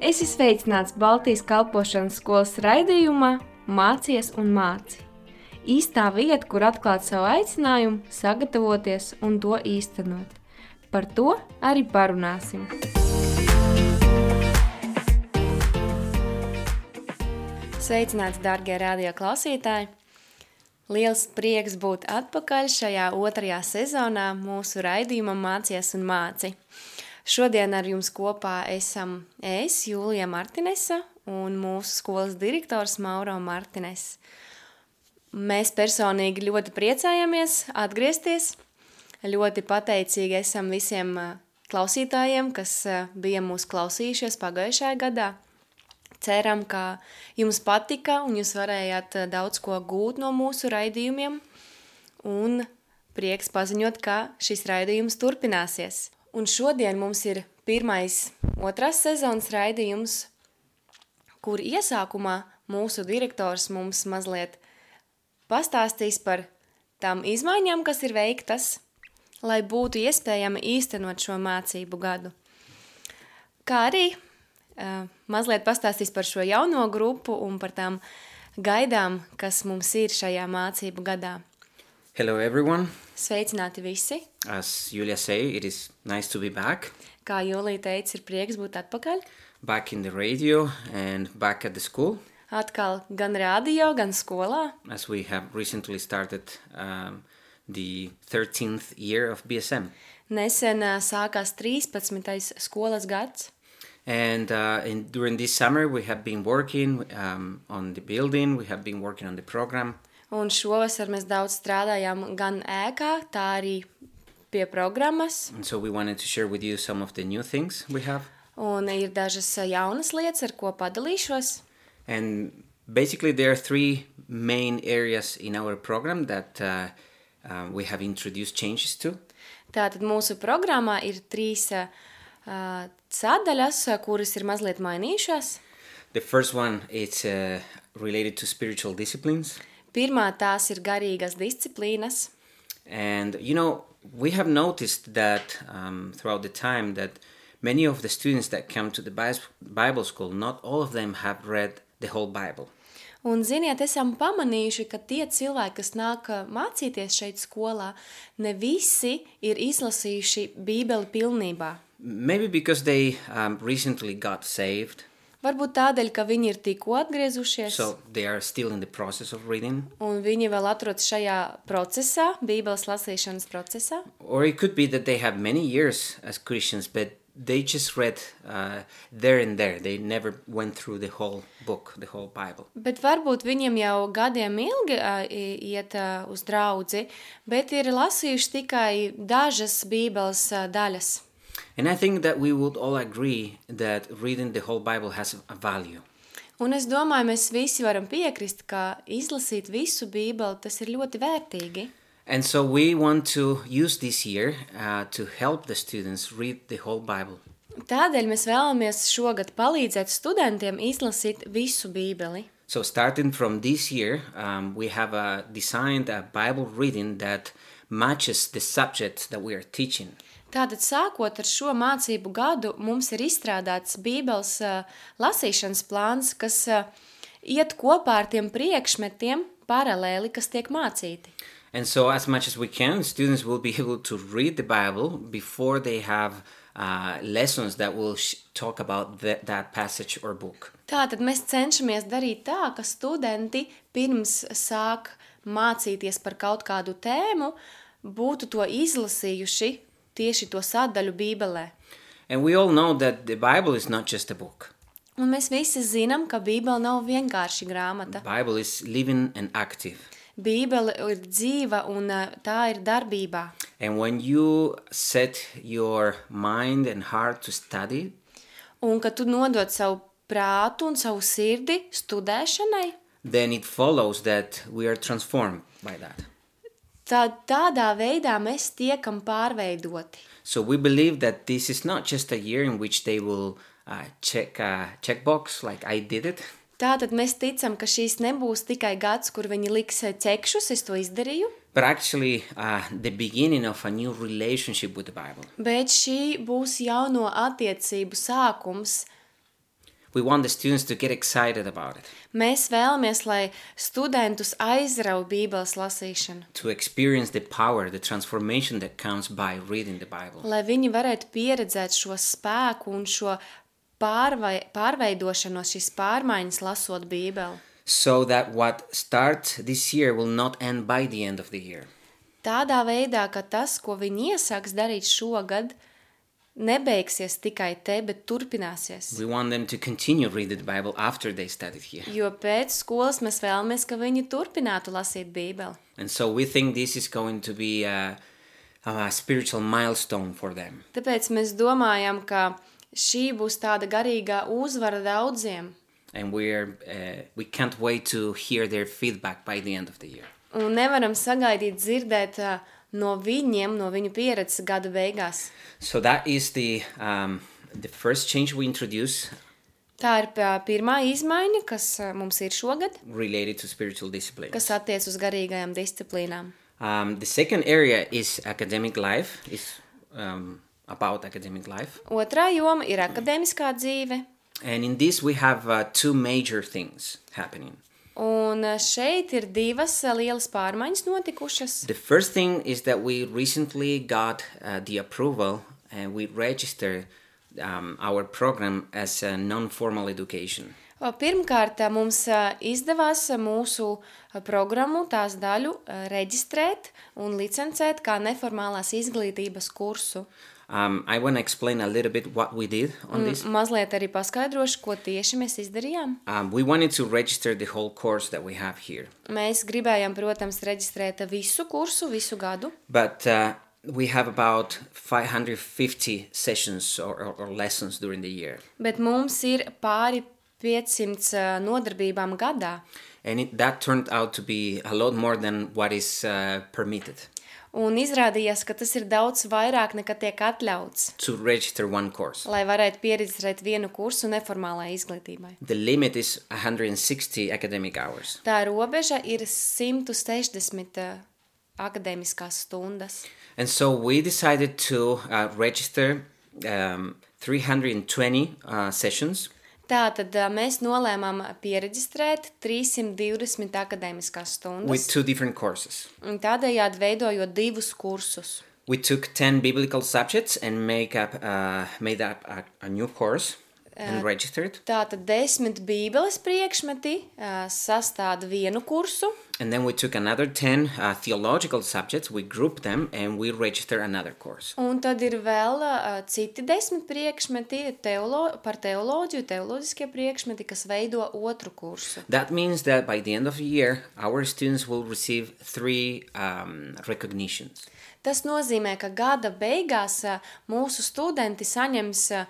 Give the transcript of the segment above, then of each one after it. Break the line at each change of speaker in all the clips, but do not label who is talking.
Esi sveicināts Baltijas kalpošanas skolas raidījumā Mācies un māci. Īstā vieta, kur atklāt savu aicinājumu, sagatavoties un to īstenot. Par to arī parunāsim. Sveicināts, darbie radio klausītāji! Liels prieks būt atpakaļ šajā otrajā sezonā mūsu raidījumā Mācies un māci. Šodien ar jums kopā esam es, Jūlija Martinesa un mūsu skolas direktors Mauro Martines. Mēs personīgi ļoti priecājamies atgriezties. Ļoti pateicīgi esam visiem ā, klausītājiem, kas ā, bija mūsu klausījušies pagājušajā gadā. Ceram, ka jums patika un jūs varējāt eh, daudz ko gūt no mūsu raidījumiem. Un prieks paziņot, ka šis raidījums turpināsies. Un šodien mums ir pirmais, otras sezonas raidījums, kur iesākumā mūsu direktors mums mazliet pastāstīs par tām izmaiņām, kas ir veiktas, lai būtu iespējami īstenot šo mācību gadu. Kā arī eh, mazliet pastāstīs par šo jauno grupu un par tām gaidām, kas mums ir šajā mācību gadā.
Hello, everyone.
Sveicināti visi!
As Julia say, it is nice to be back,
Kā Jūlija teica, ir prieks būt atpakaļ.
back in the radio and back at the school,
Atkal gan rādio, gan skolā.
as we have recently started um, the 13th year of BSM.
Nesen ā, sākās 13. skolas gads.
And, uh, and during this summer, we have been working um, on the building, we have been working on the program,
Un šovasar mēs daudz strādājām gan ēkā, tā arī pie programmas.
and so we wanted to share with you some of the new things we have.
Un ir dažas ā, jaunas lietas, ar ko padalīšos.
And basically, there are three main areas in our program that uh, uh, we have introduced changes to.
Tātad mūsu programmā ir trīs ā, ā, sadaļas, ā, kuras ir mazliet mainījušās.
The first one is uh, related to spiritual disciplines,
Pirmā tās ir garīgas disciplīnas.
and you know we have noticed that um, throughout the time that many of the students that come to the Bis- Bible school, not all of them have read the whole Bible.
Un, ziniet, esam pamanījuši, ka tie cilvēki, kas nāk ā, mācīties šeit skolā, ne visi ir izlasījuši Bībeli pilnībā.
Maybe because they um, recently got saved,
Varbūt tādēļ, ka viņi ir tikko atgriezušies,
so they are still in the process of reading,
un viņi vēl atrodas šajā procesā, Bībeles lasīšanas procesā.
or it could be that they have many years as Christians, but they just read uh, there and there. They never went through the whole book, the whole Bible.
Bet varbūt viņiem jau gadiem ilgi ā, i- iet ā, uz draugu, bet ir lasījuši tikai dažas Bībeles ā, daļas.
And I think that we would all agree that reading the whole Bible has a value.
Un es domāju, mēs visi varam piekrist, ka izlasīt visu Bībeli tas ir ļoti vērtīgi.
And so we want to use this year uh, to help the students read the whole Bible.
Tādēļ mēs vēlamies šogad palīdzēt studentiem izlasīt visu Bībeli.
So, starting from this year, um, we have uh, designed a Bible reading that matches the subject that we are teaching.
Tātad, sākot ar šo mācību gadu, mums ir izstrādāts Bībeles ā, lasīšanas plāns, kas ā, iet kopā ar tiem priekšmetiem paralēli, kas tiek mācīti.
And so, as much as we can, students will be able to read the Bible before they have uh, lessons that will sh- talk about th- that passage or book.
Tātad mēs cenšamies darīt tā, ka studenti pirms sāk mācīties par kaut kādu tēmu, būtu to izlasījuši tieši to sadaļu Bībelē.
And we all know that the Bible is not just a book.
Un mēs visi zinām, ka Bībele nav vienkārši grāmata.
Bible is living and active.
Bībele ir dzīva un ā, tā ir darbībā.
And when you set your mind and heart to study,
Un kad tu nodod savu prātu un savu sirdi studēšanai,
then it follows that we are transformed by that.
tad tādā veidā mēs tiekam pārveidoti.
So we believe that this is not just a year in which they will uh, check a checkbox like I did it,
Tātad mēs ticam, ka šīs nebūs tikai gads, kur viņi liks eh, ķekšus, es to izdarīju,
but actually uh, the beginning of a new relationship with the Bible.
bet šī būs jauno attiecību sākums.
we want the students to get excited about it,
Mēs vēlamies, lai studentus aizrauga Bībeles lasīšana,
to experience the power, the transformation that comes by reading the Bible.
lai viņi varētu pieredzēt šo spēku un šo pārvai, pārveidošanos, šīs pārmaiņas, lasot Bībeli.
So that what starts this year will not end by the end of the year.
Tādā veidā, ka tas, ko viņi iesāks darīt šogad, nebeigsies tikai te, bet turpināsies.
We want them to continue reading the Bible after they studied here.
Jo pēc skolas mēs vēlamies, ka viņi turpinātu lasīt Bībeli.
And so we think this is going to be a, a spiritual milestone for them.
Tāpēc mēs domājam, ka šī būs tāda garīgā uzvara daudziem.
And we're, uh, we can't wait to hear their feedback by the end of the year.
Un nevaram sagaidīt dzirdēt ā, no viņiem, no viņu pieredzes gada beigās.
So that is the, um, the first change we introduce
Tā ir pā- pirmā izmaiņa, kas ā, mums ir šogad,
related to spiritual discipline.
kas attiec uz garīgajām disciplīnām.
Um, the second area is academic life, is um, about academic life.
Otrā joma ir akadēmiskā dzīve,
And in this, we have uh, two major things happening.
un ā, šeit ir divas ā, lielas pārmaiņas notikušas.
The first thing is that we recently got uh, the approval and we registered um, our program as a non formal education.
Pirmkārt, eh, mums ā, izdevās eh, mūsu eh, programmu, tās daļu ā, reģistrēt un licencēt kā neformālās izglītības kursu.
Um, I want to explain a little bit what we did on
Un
this.
mazliet arī paskaidrošu, ko tieši mēs izdarījām.
Um, we wanted to register the whole course that we have here,
Mēs gribējām, protams, reģistrēt visu kursu, visu gadu,
but uh, we have about 550 sessions or, or, or lessons during the year.
bet mums ir pāri 500 ā, nodarbībām gadā.
And it, that turned out to be a lot more than what is uh, permitted
Un izrādījās, ka tas ir daudz vairāk nekā tiek atļauts,
to register one course.
lai varētu pieredzēt vienu kursu neformālajai izglītībai.
The limit is 160 academic hours.
Tā robeža ir 160 eh, akadēmiskās stundas.
And so we decided to uh, register um, 320 uh, sessions
Tātad eh, mēs nolēmām pieregistrēt 320 akadēmiskās
with
stundas,
two different courses.
un tādējādi veidojot divus kursus.
We took 10 biblical subjects and make up, uh, made up a, a new course and registered.
Tātad desmit bībeles priekšmeti eh, sastāda vienu kursu,
And then we took another 10 uh, theological subjects, we grouped them, and we registered another course.
un tad ir vēl eh, citi desmit priekšmeti teolo par teoloģiju, teoloģiskie priekšmeti, kas veido otru kursu.
That means that by the end of the year, our students will receive three um, recognitions.
Tas nozīmē, ka gada beigās ā, mūsu studenti saņems ā,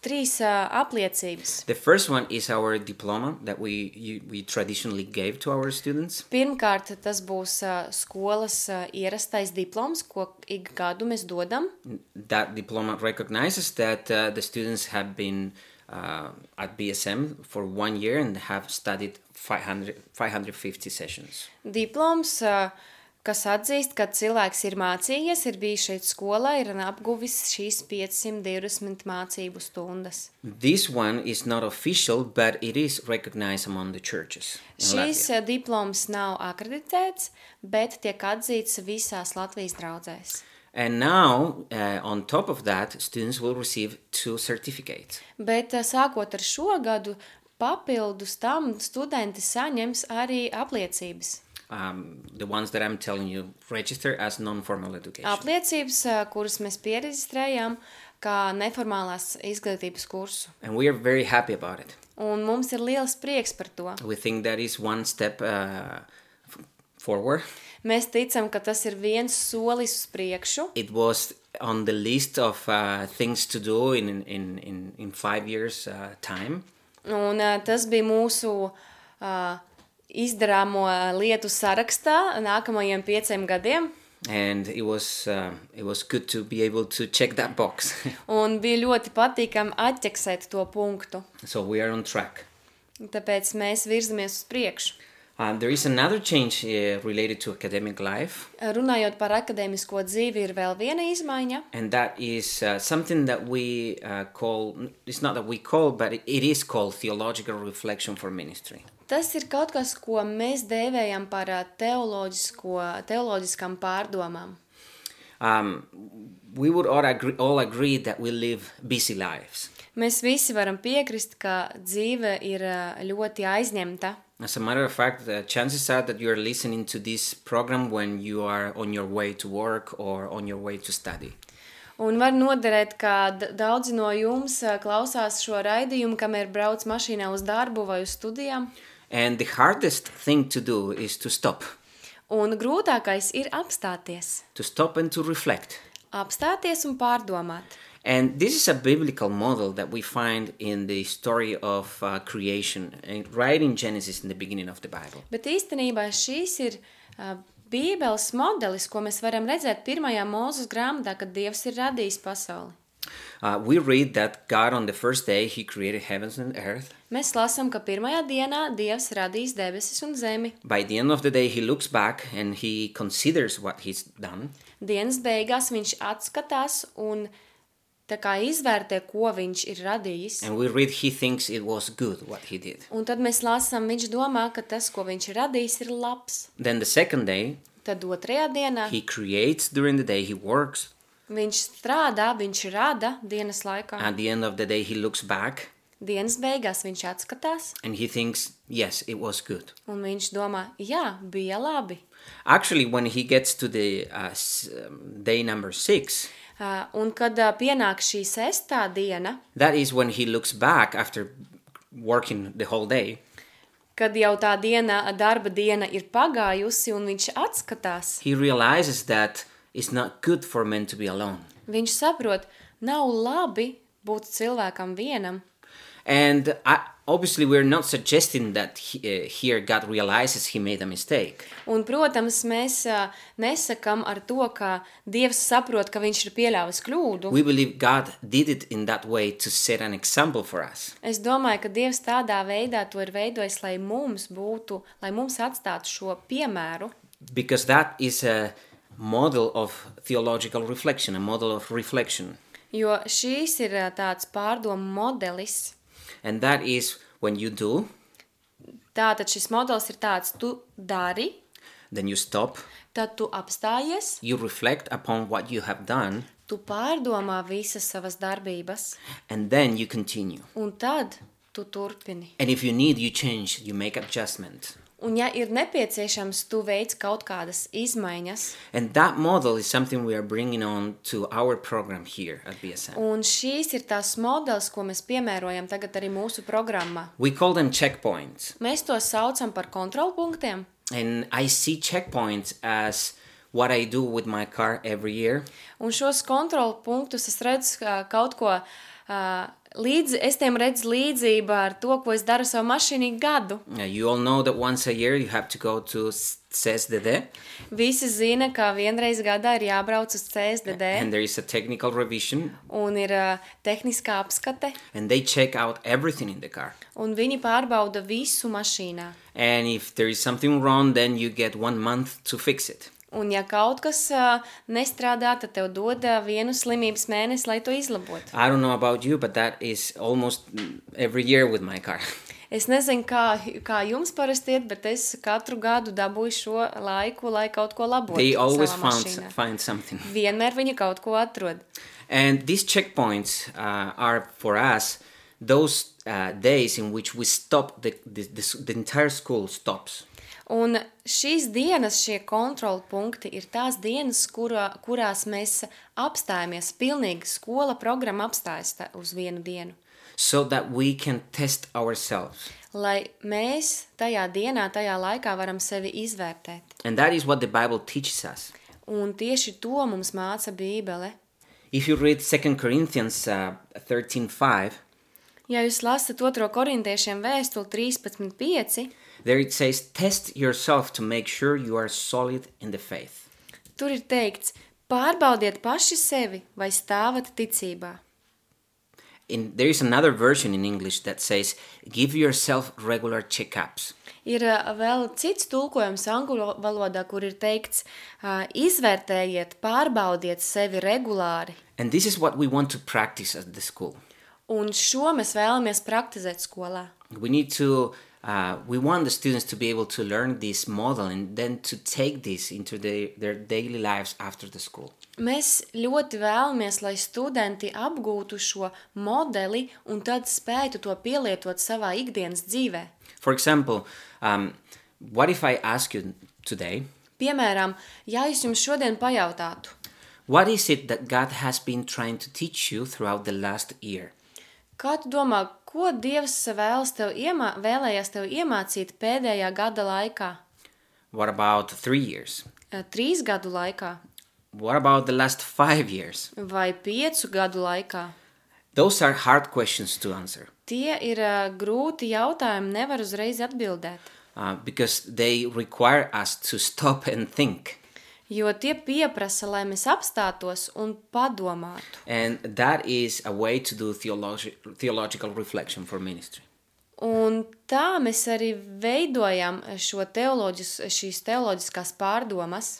trīs ā, apliecības.
The first one is our diploma that we, you, we traditionally gave to our students.
Pirmkārt, tas būs ā, skolas ā, ierastais diploms, ko ik gadu mēs dodam.
That diploma recognizes that uh, the students have been uh, at BSM for one year and have studied 500, 550 sessions.
Diploms, ā, kas atzīst, ka cilvēks ir mācījies, ir bijis šeit skolā, ir apguvis šīs 520 mācību stundas.
Nu, This one is not official, but it is recognized among the churches. in
Šīs
Latvia.
ā, diploms nav akreditēts, bet tiek atzīts visās Latvijas draudzēs.
And now, uh, on top of that, students will receive two certificates.
Bet eh, sākot ar šo gadu, papildus tam studenti saņems arī apliecības.
Um, the ones that I'm telling you register as non formal education.
Apliecības, eh, kuras mēs pieregistrējām kā neformālās izglītības kursu.
And we are very happy about it.
Un mums ir liels prieks par to.
We think that is one step uh, f- forward.
Mēs ticam, ka tas ir viens solis uz priekšu.
It was on the list of uh, things to do in, in- in, in, in five years' uh, time.
Un eh, tas bija mūsu uh, izdarāmo eh, lietu sarakstā nākamajiem pieciem gadiem.
And it was, uh, it was good to be able to check that box.
Un bija ļoti patīkami atķeksēt to punktu.
so we are on track.
Tāpēc mēs virzamies uz priekšu.
Um, there is another change uh, related to academic life,
Runājot par akadēmisko dzīvi, ir vēl viena izmaiņa.
and that is uh, something that we uh, call, it's not that we call, but it, it is called theological reflection for ministry.
Tas ir kaut kas, ko mēs dēvējam par ā, teoloģisko, teoloģiskām pārdomām.
Um, we would all agree, all agree that we live busy lives.
Mēs visi varam piekrist, ka dzīve ir ā, ļoti aizņemta.
As a matter of fact, the chances are that you are listening to this program when you are on your way to work or on your way to study.
Un var noderēt, ka d- daudzi no jums ā, klausās šo raidījumu, kamēr brauc mašīnā uz darbu vai uz studijām.
And the hardest thing to do is to stop,
Un grūtākais ir apstāties.
to stop and to reflect.
Apstāties un pārdomāt.
And this is a biblical model that we find in the story of uh, creation, and right in Genesis, in the beginning of the Bible.
Bet īstenībā šīs ir ā, Bībeles modelis, ko mēs varam redzēt pirmajā mūzes grāmatā, kad Dievs ir radījis pasauli.
Uh, we read that God, on the first day, He created heavens and earth.
Mēs lasām, ka pirmajā dienā Dievs radīs debesis un zemi.
By the end of the day, He looks back and He considers what He's done.
Dienas beigās viņš atskatās un tā kā izvērtē, ko viņš ir radījis.
And we read He thinks it was good what He did.
Un tad mēs lasām, viņš domā, ka tas, ko viņš ir radījis, ir labs.
Then the second day,
Tad otrajā dienā
He creates during the day, He works.
viņš strādā, viņš rada dienas laikā.
At the end of the day, He looks back
Dienas beigās viņš atskatās
and He thinks, yes, it was good.
un viņš domā, jā, bija labi.
Actually, when he gets to the uh, s- um, day number six,
Uh, un kad uh, pienāk šī sestā diena,
that is when he looks back after working the whole day.
kad jau tā diena, darba diena ir pagājusi, un viņš atskatās,
He realizes that it's not good for men to be alone.
viņš saprot, nav labi būt cilvēkam vienam.
And I, obviously, we're not suggesting that he, uh, here God realizes he made a mistake.
Un, protams, mēs uh, nesakām ar to, ka Dievs saprot, ka viņš ir pieļāvis kļūdu.
We believe God did it in that way to set an example for us.
Es domāju, ka Dievs tādā veidā to ir veidojis, lai mums būtu, lai mums atstātu šo piemēru.
Because that is a model of theological reflection, a model of reflection.
Jo šīs ir ā, tāds pārdomu modelis.
And that is when you do,
Tātad šis modelis ir tāds, tu dari,
then you stop,
tad tu apstājies,
you reflect upon what you have done,
tu pārdomā visas savas darbības,
and then you continue.
un tad tu turpini.
And if you need, you change, you make adjustment.
Un, ja ir nepieciešams, tu veic kaut kādas izmaiņas,
And that model is something we are bringing on to our program here at BSM.
un šīs ir tās modelis, ko mēs piemērojam tagad arī mūsu programmā.
We call them checkpoints.
Mēs to saucam par kontrolpunktiem.
And I see checkpoints as what I do with my car every year.
Un šos kontrolpunktus es redzu kā kaut ko ā, līdzi, es tiem redzu līdzību ar to, ko es daru savu mašīnu ik gadu.
Uh, You all know that once a year you have to go to CES DD,
Visi zina, ka vienreiz gadā ir jābrauc uz CSDD
and there is a technical revision,
un ir ā, tehniskā apskate,
and they check out everything in the car.
un viņi pārbauda visu mašīnā.
And if there is something wrong, then you get one month to fix it.
Un, ja kaut kas ā, nestrādā, tad tev dod ā, vienu slimības mēnesi, lai to izlabotu.
I don't know about you, but that is almost every year with my car.
Es nezinu, kā, kā jums parasti iet, bet es katru gadu dabūju šo laiku, lai kaut ko labotu.
they always
savā
found,
mašīnā.
find something.
Vienmēr viņi kaut ko atrod.
And these checkpoints uh, are for us those uh, days in which we stop, the, the, the, s- the entire school stops.
Un šīs dienas, šie kontrolpunkti, ir tās dienas, kurā, kurās mēs apstājamies. Pilnīgi skola programma apstājas tā- uz vienu dienu.
So that we can test ourselves.
Lai mēs tajā dienā, tajā laikā varam sevi izvērtēt.
And that is what the Bible teaches us.
Un tieši to mums māca Bībele.
If you read 2 Corinthians uh, 13 5,
Ja jūs lasat 2. korintiešiem vēstuli 13.5,
There it says, Test yourself to make sure you are solid in the faith.
tur ir teikts: pārbaudiet paši sevi, vai stāvat ticībā.
in, there is another version in English that says, give yourself regular checkups.
Ir ā, vēl cits tulkojums angļu valodā, kur ir teikts, ā, izvērtējiet, pārbaudiet sevi regulāri.
And this is what we want to practice at the school.
Un šo mēs vēlamies praktizēt skolā.
We need to, uh, we want the students to be able to learn this model and then to take this into their, their daily lives after the school.
Mēs ļoti vēlamies, lai studenti apgūtu šo modeli un tad spētu to pielietot savā ikdienas dzīvē.
For example, um, what if I ask you today,
Piemēram, ja es jums šodien pajautātu,
what is it that God has been trying to teach you throughout the last year?
kā tu domā, ko Dievs vēlas tev iemā, vēlējās tev iemācīt pēdējā gada laikā,
What about three years?
Ā, trīs gadu laikā
What about the last five years?
vai piecu gadu laikā?
Those are hard questions to answer
Tie ir ā, grūti jautājumi, nevar uzreiz atbildēt,
uh, because they require us to stop and think.
jo tie pieprasa, lai mēs apstātos un padomātu.
And that is a way to do theologi- theological reflection for ministry.
Un tā mēs arī veidojam šo teoloģis, šīs teoloģiskās pārdomas.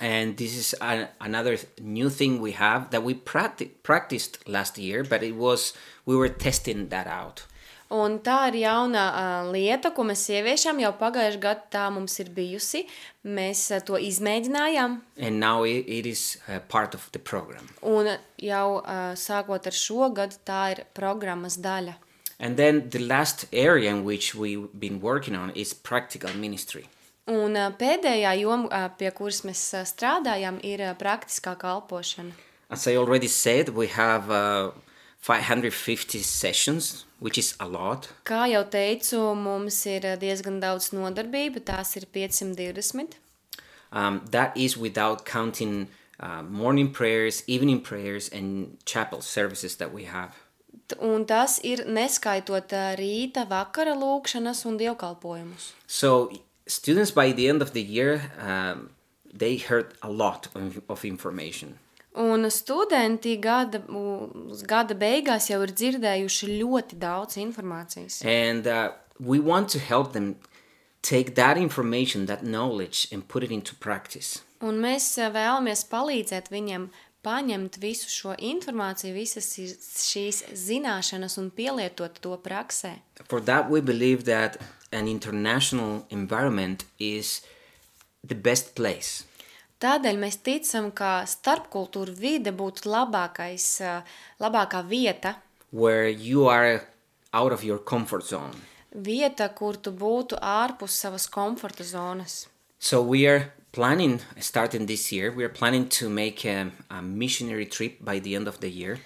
And this is a, another th- new thing we have that we practi- practiced last year, but it was we were testing that out.
Un tā ir jauna uh, lieta, ko mēs ieviešam jau pagājušajā gadā. Tā mums ir bijusi. Mēs uh, to izmēģinājām.
And now it, it is uh, part of the program.
Un jau uh, sākot ar šo gadu, tā ir programmas daļa.
And then the last area in which we've been working on is practical ministry.
Un uh, pēdējā joma, uh, pie kuras mēs uh, strādājam, ir uh, praktiskā kalpošana.
As I already said, we have uh, 550 sessions, which is a lot.
Kā jau teicu, mums ir uh, diezgan daudz nodarbību, tās ir 520.
Um, that is without counting uh, morning prayers, evening prayers, and chapel services that we have.
T- Un tas ir neskaitot ā, rīta, vakara lūkšanas un dievkalpojumus.
So, students by the end of the year, um, they heard a lot of, of information.
Un studenti gada, uz gada beigās jau ir dzirdējuši ļoti daudz informācijas.
And uh, we want to help them take that information, that knowledge, and put it into practice.
Un mēs ā, vēlamies palīdzēt viņiem paņemt visu šo informāciju, visas i- šīs zināšanas un pielietot to praksē.
For that, we believe that an international environment is the best place.
Tādēļ mēs ticam, ka starpkultūra vide būtu labākais, ā, labākā vieta,
where you are out of your comfort zone.
vieta, kur tu būtu ārpus savas komforta zonas.
So we are planning, starting this year, we are planning to make a, a missionary trip by the end of the year.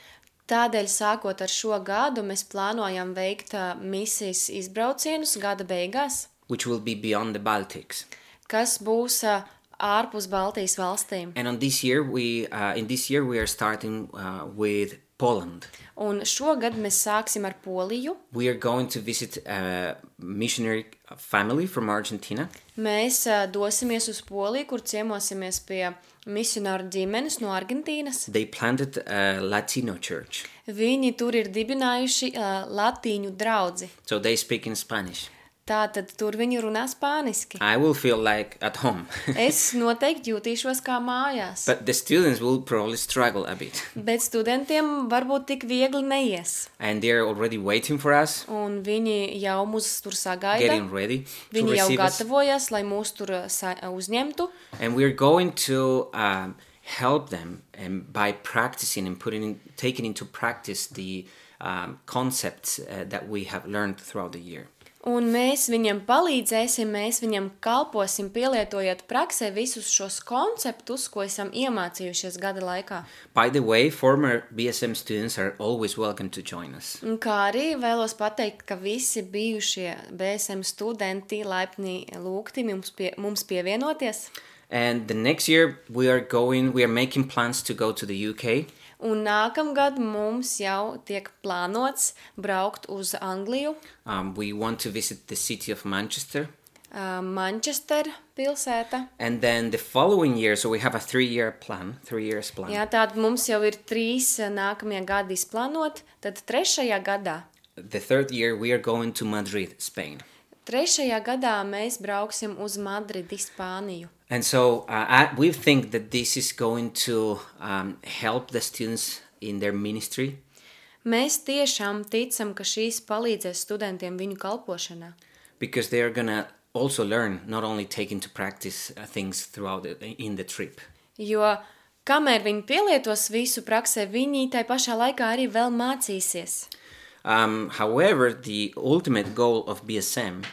Tādēļ, sākot ar šo gadu, mēs plānojam veikt ā, misijas izbraucienus gada beigās,
Which will be beyond the Baltics,
kas būs ā, ārpus Baltijas valstīm.
and on this year we uh, in this year we are starting uh, with Poland.
Un šogad mēs sāksim ar Poliju.
We are going to visit a missionary family from Argentina,
Mēs ā, dosimies uz Poliju, kur ciemosimies pie misionāru ģimenes no Argentīnas.
they planted a Latino church,
Viņi tur ir dibinājuši ā, latīņu draugu.
so they speak in Spanish.
Tātad tur viņi runā spāniski.
I will feel like at home,
Es noteikti jutīšos kā mājās,
but the students will probably struggle a bit.
bet studentiem varbūt tik viegli neies.
and they're already waiting for us,
Un viņi jau mūs tur sagaida.
getting ready to
Viņi jau
receive us.
gatavojas, lai mūs tur uh, sa- uzņemtu.
And we're going to um, help them and by practicing and putting in, taking into practice the um, concepts uh, that we have learned throughout the year.
Un mēs viņiem palīdzēsim, mēs viņiem kalposim, pielietojot praksē visus šos konceptus, ko esam iemācījušies gada laikā.
By the way, former BSM students are always welcome to join us.
Un kā arī vēlos pateikt, ka visi bijušie BSM studenti laipni lūgti mums, pie, mums pievienoties.
And the next year we are going we are making plans to go to the UK
Un nākamgad mums jau tiek plānots braukt uz Angliju,
um, we want to visit the city of Manchester
uh, Manchester pilsēta.
And then the following year, so we have a three-year plan, three years plan.
Jā, tātad mums jau ir trīs eh, nākamie gadi izplānot. Tad trešajā gadā,
The third year, we are going to Madrid, Spain.
trešajā gadā mēs brauksim uz Madridi, Spāniju.
And so uh, I, we think that this is going to um, help the students in their ministry.
Mēs tiešām ticam, ka šīs palīdzēs studentiem viņu kalpošanā.
because they are gonna also learn not only take into practice uh, things throughout the, in the trip
Jo kamēr viņi pielietos visu praksē, viņi tai pašā laikā arī vēl mācīsies.
um, however the ultimate goal of bsm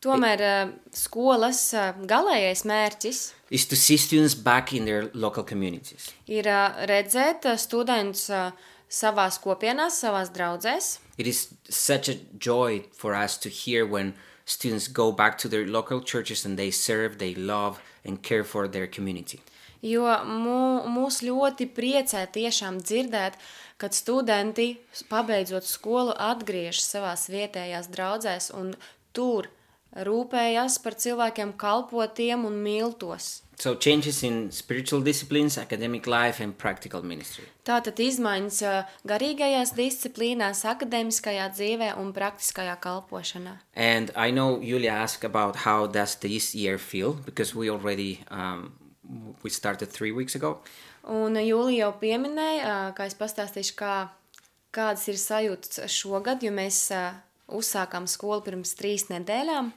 Tomēr eh, skolas eh, galīgais mērķis
is to see students back in their local communities
ir eh, redzēt eh, studentus eh, savās kopienās, savās draudzēs.
it is such a joy for us to hear when students go back to their local churches and they serve they love and care for their community
Jo mū, mūs ļoti priecē tiešām dzirdēt, kad studenti pabeidzot skolu atgriežas savās vietējās draudzēs un tur rūpējas par cilvēkiem, kalpotiem un miltos.
so changes in spiritual disciplines academic life and practical ministry
Tātad izmaiņas ā, garīgajās disciplīnās, akadēmiskajā dzīvē un praktiskajā kalpošanā.
And I know Julia asked about how does this year feel because we already um, we started three weeks ago,
Un Jūlija jau pieminēja, ā, kā es pastāstīšu, kā, kādas ir sajūtas šogad, jo mēs ā, uzsākām skolu pirms trīs nedēļām.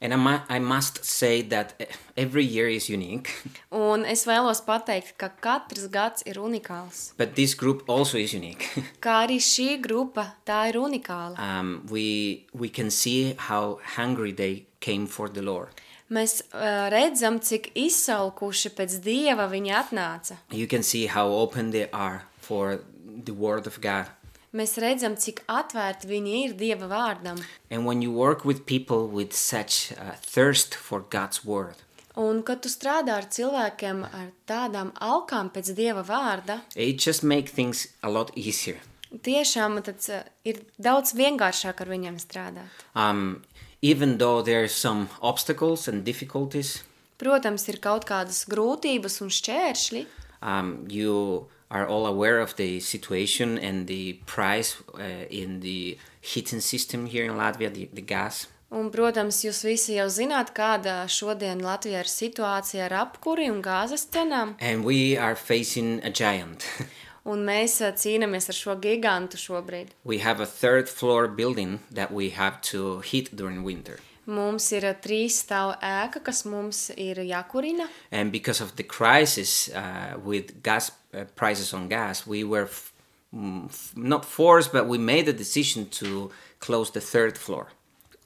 and I, mu- I must say that e- every year is unique,
Un es vēlos pateikt, ka katrs gads ir unikāls.
but this group also is unique.
Kā arī šī grupa, tā ir unikāla.
um, we we can see how hungry they came for the Lord.
Mēs eh, redzam, cik izsalkuši pēc dieva viņi atnāca.
You can see how open they are for the Word of God.
Mēs redzam, cik atvērti viņi ir dieva vārdam.
And when you work with people with such uh, thirst for God's Word,
Un kad tu strādā ar cilvēkiem ar tādām alkām pēc dieva vārda,
it just makes things a lot easier.
tiešām tad, eh, ir daudz vienkāršāk ar viņiem strādāt.
um, even though there are some obstacles and difficulties
Protams, ir kaut kādas grūtības un šķēršļi,
um, you are all aware of the situation and the price uh, in the heating system here in latvia the, the gas
Un, protams, jūs visi jau zināt, kāda šodien Latvijā ir situācija ar apkuri un gāzes cenām,
and we are facing a giant
un mēs ā, cīnāmies ar šo gigantu šobrīd.
we have a third floor building that we have to heat during winter
Mums ir ā, trīs stāvu ēka, kas mums ir jākurina,
and because of the crisis uh, with gas uh, prices on gas we were f- mm, f- not forced but we made the decision to close the third floor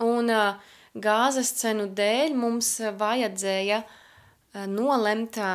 un ā, gāzes cenu dēļ mums ā, vajadzēja ā, nolemt, ā,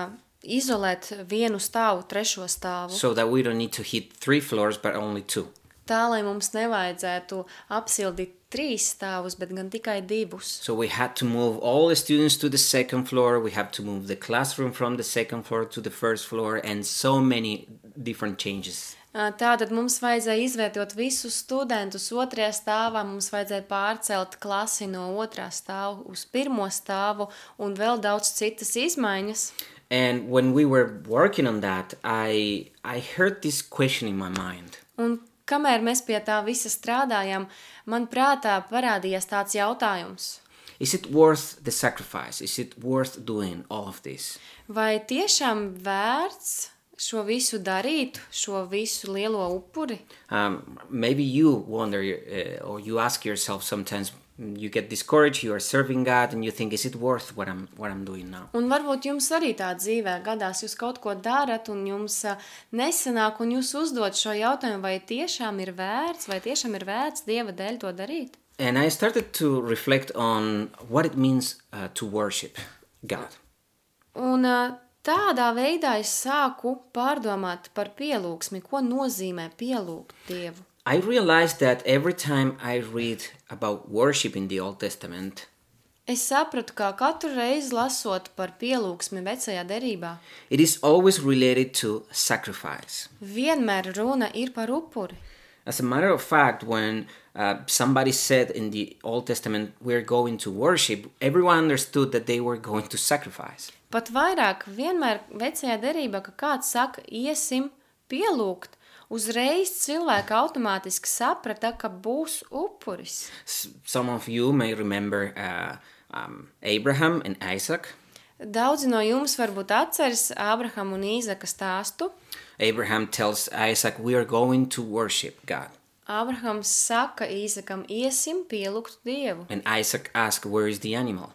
izolēt vienu stāvu, trešo stāvu,
so that we don't need to hit three floors but only two
tā lai mums nevajadzētu apsildīt trīs stāvus, bet gan tikai divus.
so we had to move all the students to the second floor we had to move the classroom from the second floor to the first floor and so many different changes
Tātad mums vajadzēja izvietot visus studentus otrajā stāvā, mums vajadzēja pārcelt klasi no otrā stāva uz pirmo stāvu un vēl daudz citas izmaiņas.
and when we were working on that i i heard this question in my mind
Un kamēr mēs pie tā visa strādājam, man prātā parādījās tāds jautājums.
is it worth the sacrifice is it worth doing all of this
Vai tiešām vērts šo visu darīt, šo visu lielo upuri?
um, maybe you wonder uh, or you ask yourself sometimes mm, you get discouraged you are serving god and you think is it worth what i'm what i'm doing now
Un varbūt jums arī tā dzīvē gadās, jūs kaut ko darat, un jums ā, nesanāk, un jūs uzdot šo jautājumu, vai tiešām ir vērts, vai tiešām ir vērts dieva dēļ to darīt.
And I started to reflect on what it means uh, to worship God.
Un ā, tādā veidā es sāku pārdomāt par pielūgsmi, ko nozīmē pielūgt dievu.
I realized that every time I read about worship in the Old Testament,
Es sapratu, ka katru reizi lasot par pielūgsmi vecajā derībā,
it is always related to sacrifice.
vienmēr runa ir par upuri.
As a matter of fact, when uh, somebody said in the Old Testament, we're going to worship, everyone understood that they were going to sacrifice.
Pat vairāk, vienmēr vecajā derībā, ka kāds saka, iesim pielūgt, uzreiz cilvēki automātiski saprata, ka būs upuris.
S- Some of you may remember uh, um, Abraham and Isaac.
Daudzi no jums varbūt atceras Ābrahama un Īzaka stāstu.
Abraham tells Isaac, We are going to worship God.
Ābrahams saka Īzakam, iesim pielūgt Dievu,
And Isaac asks, Where is the animal?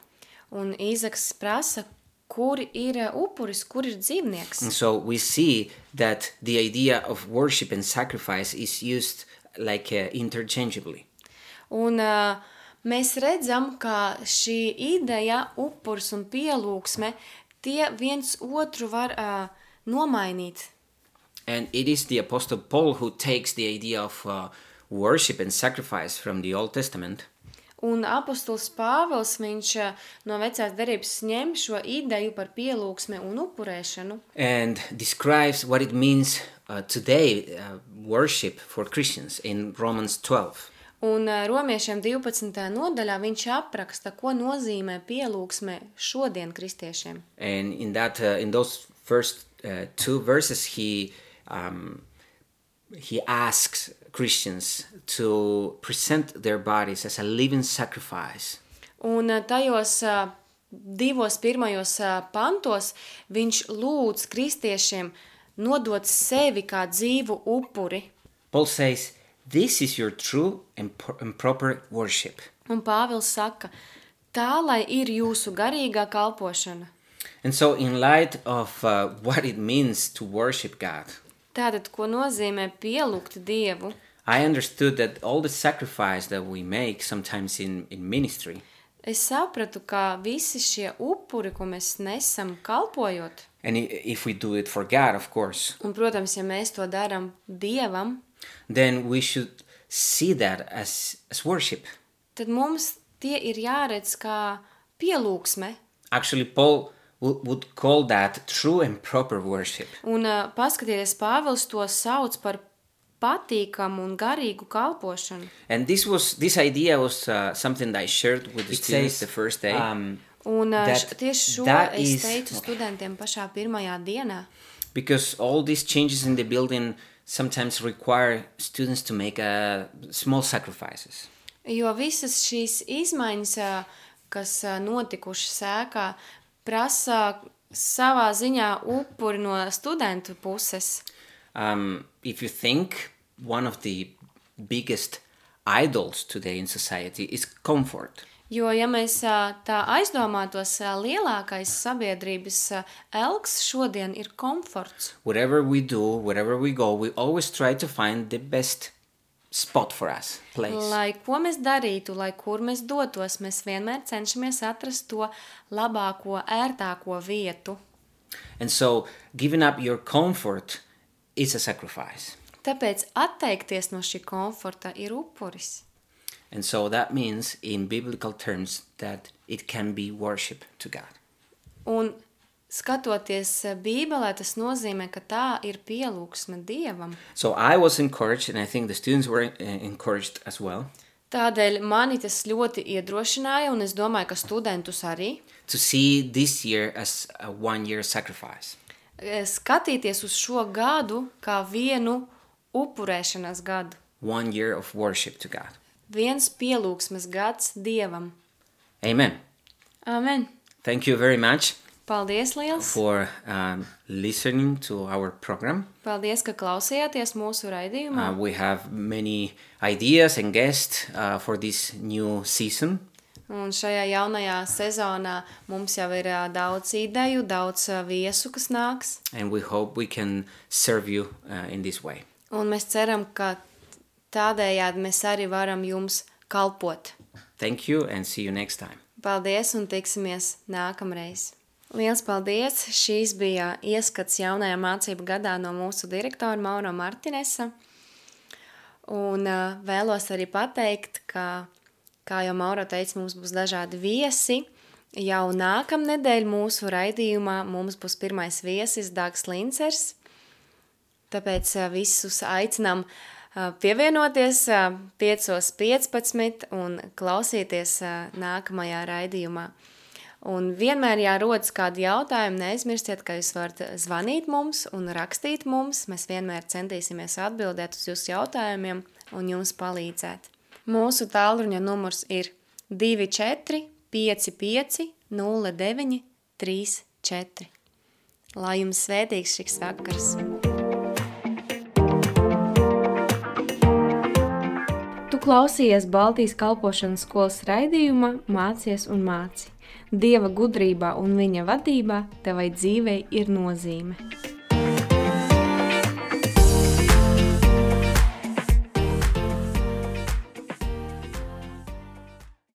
un Īzaks prasa, kur ir ā, upuris, kur ir dzīvnieks.
And so we see that the idea of worship and sacrifice is used like uh, interchangeably.
Un ā, mēs redzam, ka šī ideja, upurs un pielūgsme, tie viens otru var ā, nomainīt.
And it is the Apostle Paul who takes the idea of uh, worship and sacrifice from the Old Testament
Un apustulis Pāvils viņš ā, no vecās derības ņem šo ideju par pielūgsmi un upurēšanu
and describes what it means uh, today uh, worship for Christians in Romans 12.
Un ā, romiešiem 12. nodaļā viņš apraksta, ko nozīmē pielūgsme šodien kristiešiem.
And in that, uh, in those first uh, two verses, he um, he asks Christians to present their bodies as a living sacrifice.
Un ā, tajos ā, divos pirmajos ā, pantos viņš lūdz kristiešiem nodot sevi kā dzīvu upuri.
Paul says, "This is your true and, pro- and proper worship."
Un Pāvils saka, tā lai ir jūsu garīgā kalpošana.
And so, in light of uh, what it means to worship God,
Tātad, ko nozīmē pielūgt Dievu?
I understood that all the sacrifice that we make sometimes in, in ministry
Es sapratu, ka visi šie upuri, ko mēs nesam kalpojot,
and i- if we do it for God, of course,
Un, protams, ja mēs to darām dievam,
then we should see that as, as worship.
tad mums tie ir jāredz kā pielūgsme.
Actually, Paul w- would call that true and proper worship.
Un, ā, paskatieties, Pāvils to sauc par patīkamu un garīgu kalpošanu.
And this was this idea was uh, something that I shared with the students the first day.
Un ā, š-
That-
tieši šo
that
es
is-
teicu
okay.
studentiem pašā pirmajā dienā.
because all these changes in the building sometimes require students to make uh, small sacrifices.
Jo visas šīs izmaiņas, ā, kas ā, notikušas sēkā, prasa savā ziņā upuri no studentu puses.
Um, if you think one of the biggest idols today in society is comfort,
Jo, ja mēs ā, tā aizdomātos, ā, lielākais sabiedrības ā, elks šodien ir komforts.
whatever we do, wherever we go, we always try to find the best spot for us, place.
Lai ko mēs darītu, lai kur mēs dotos, mēs vienmēr cenšamies atrast to labāko, ērtāko vietu.
And so, giving up your comfort is a sacrifice.
Tāpēc atteikties no šī komforta ir upuris.
And so that means, in biblical terms, that it can be worship to God.
Un skatoties ā, Bībelē, tas nozīmē, ka tā ir pielūgsme Dievam.
So I was encouraged, and I think the students were uh, encouraged as well,
Tādēļ mani tas ļoti iedrošināja, un es domāju, ka studentus arī.
to see this year as a one year sacrifice.
e, skatīties uz šo gadu kā vienu upurēšanās gadu,
one year of worship to God.
viens pielūgsmes gads dievam.
Amen.
Amen!
Thank you very much
Paldies liels!
for um, listening to our program.
Paldies, ka klausījāties mūsu raidījumā.
Uh, we have many ideas and guests uh, for this new season.
Un šajā jaunajā sezonā mums jau ir ā, daudz ideju, daudz ā, viesu, kas nāks.
And we hope we can serve you uh, in this way.
Un mēs ceram, ka tādējādi mēs arī varam jums kalpot.
Thank you and see you next time.
Paldies un tiksimies nākamreiz! Liels paldies! Šīs bija ieskats jaunajā mācību gadā no mūsu direktora Mauro Martinesa. Un ā, vēlos arī pateikt, ka, kā jau Mauro teica, mums būs dažādi viesi. Jau nākamnedēļ mūsu raidījumā mums būs pirmais viesis Dārgs Lincers. Tāpēc ā, visus aicinām uh, pievienoties uh, 5.15 un klausīties uh, nākamajā raidījumā. Un vienmēr, ja rodas kādi jautājumi, neaizmirstiet, ka jūs varat zvanīt mums un rakstīt mums. Mēs vienmēr centīsimies atbildēt uz jūsu jautājumiem un jums palīdzēt. Mūsu tālruņa numurs ir 24 55 09 34. Lai jums svētīgs šis vakars! Tu klausies Baltijas kalpošanas skolas raidījumā, mācies un māci. Dieva gudrībā un viņa vadībā tevai dzīvei ir nozīme.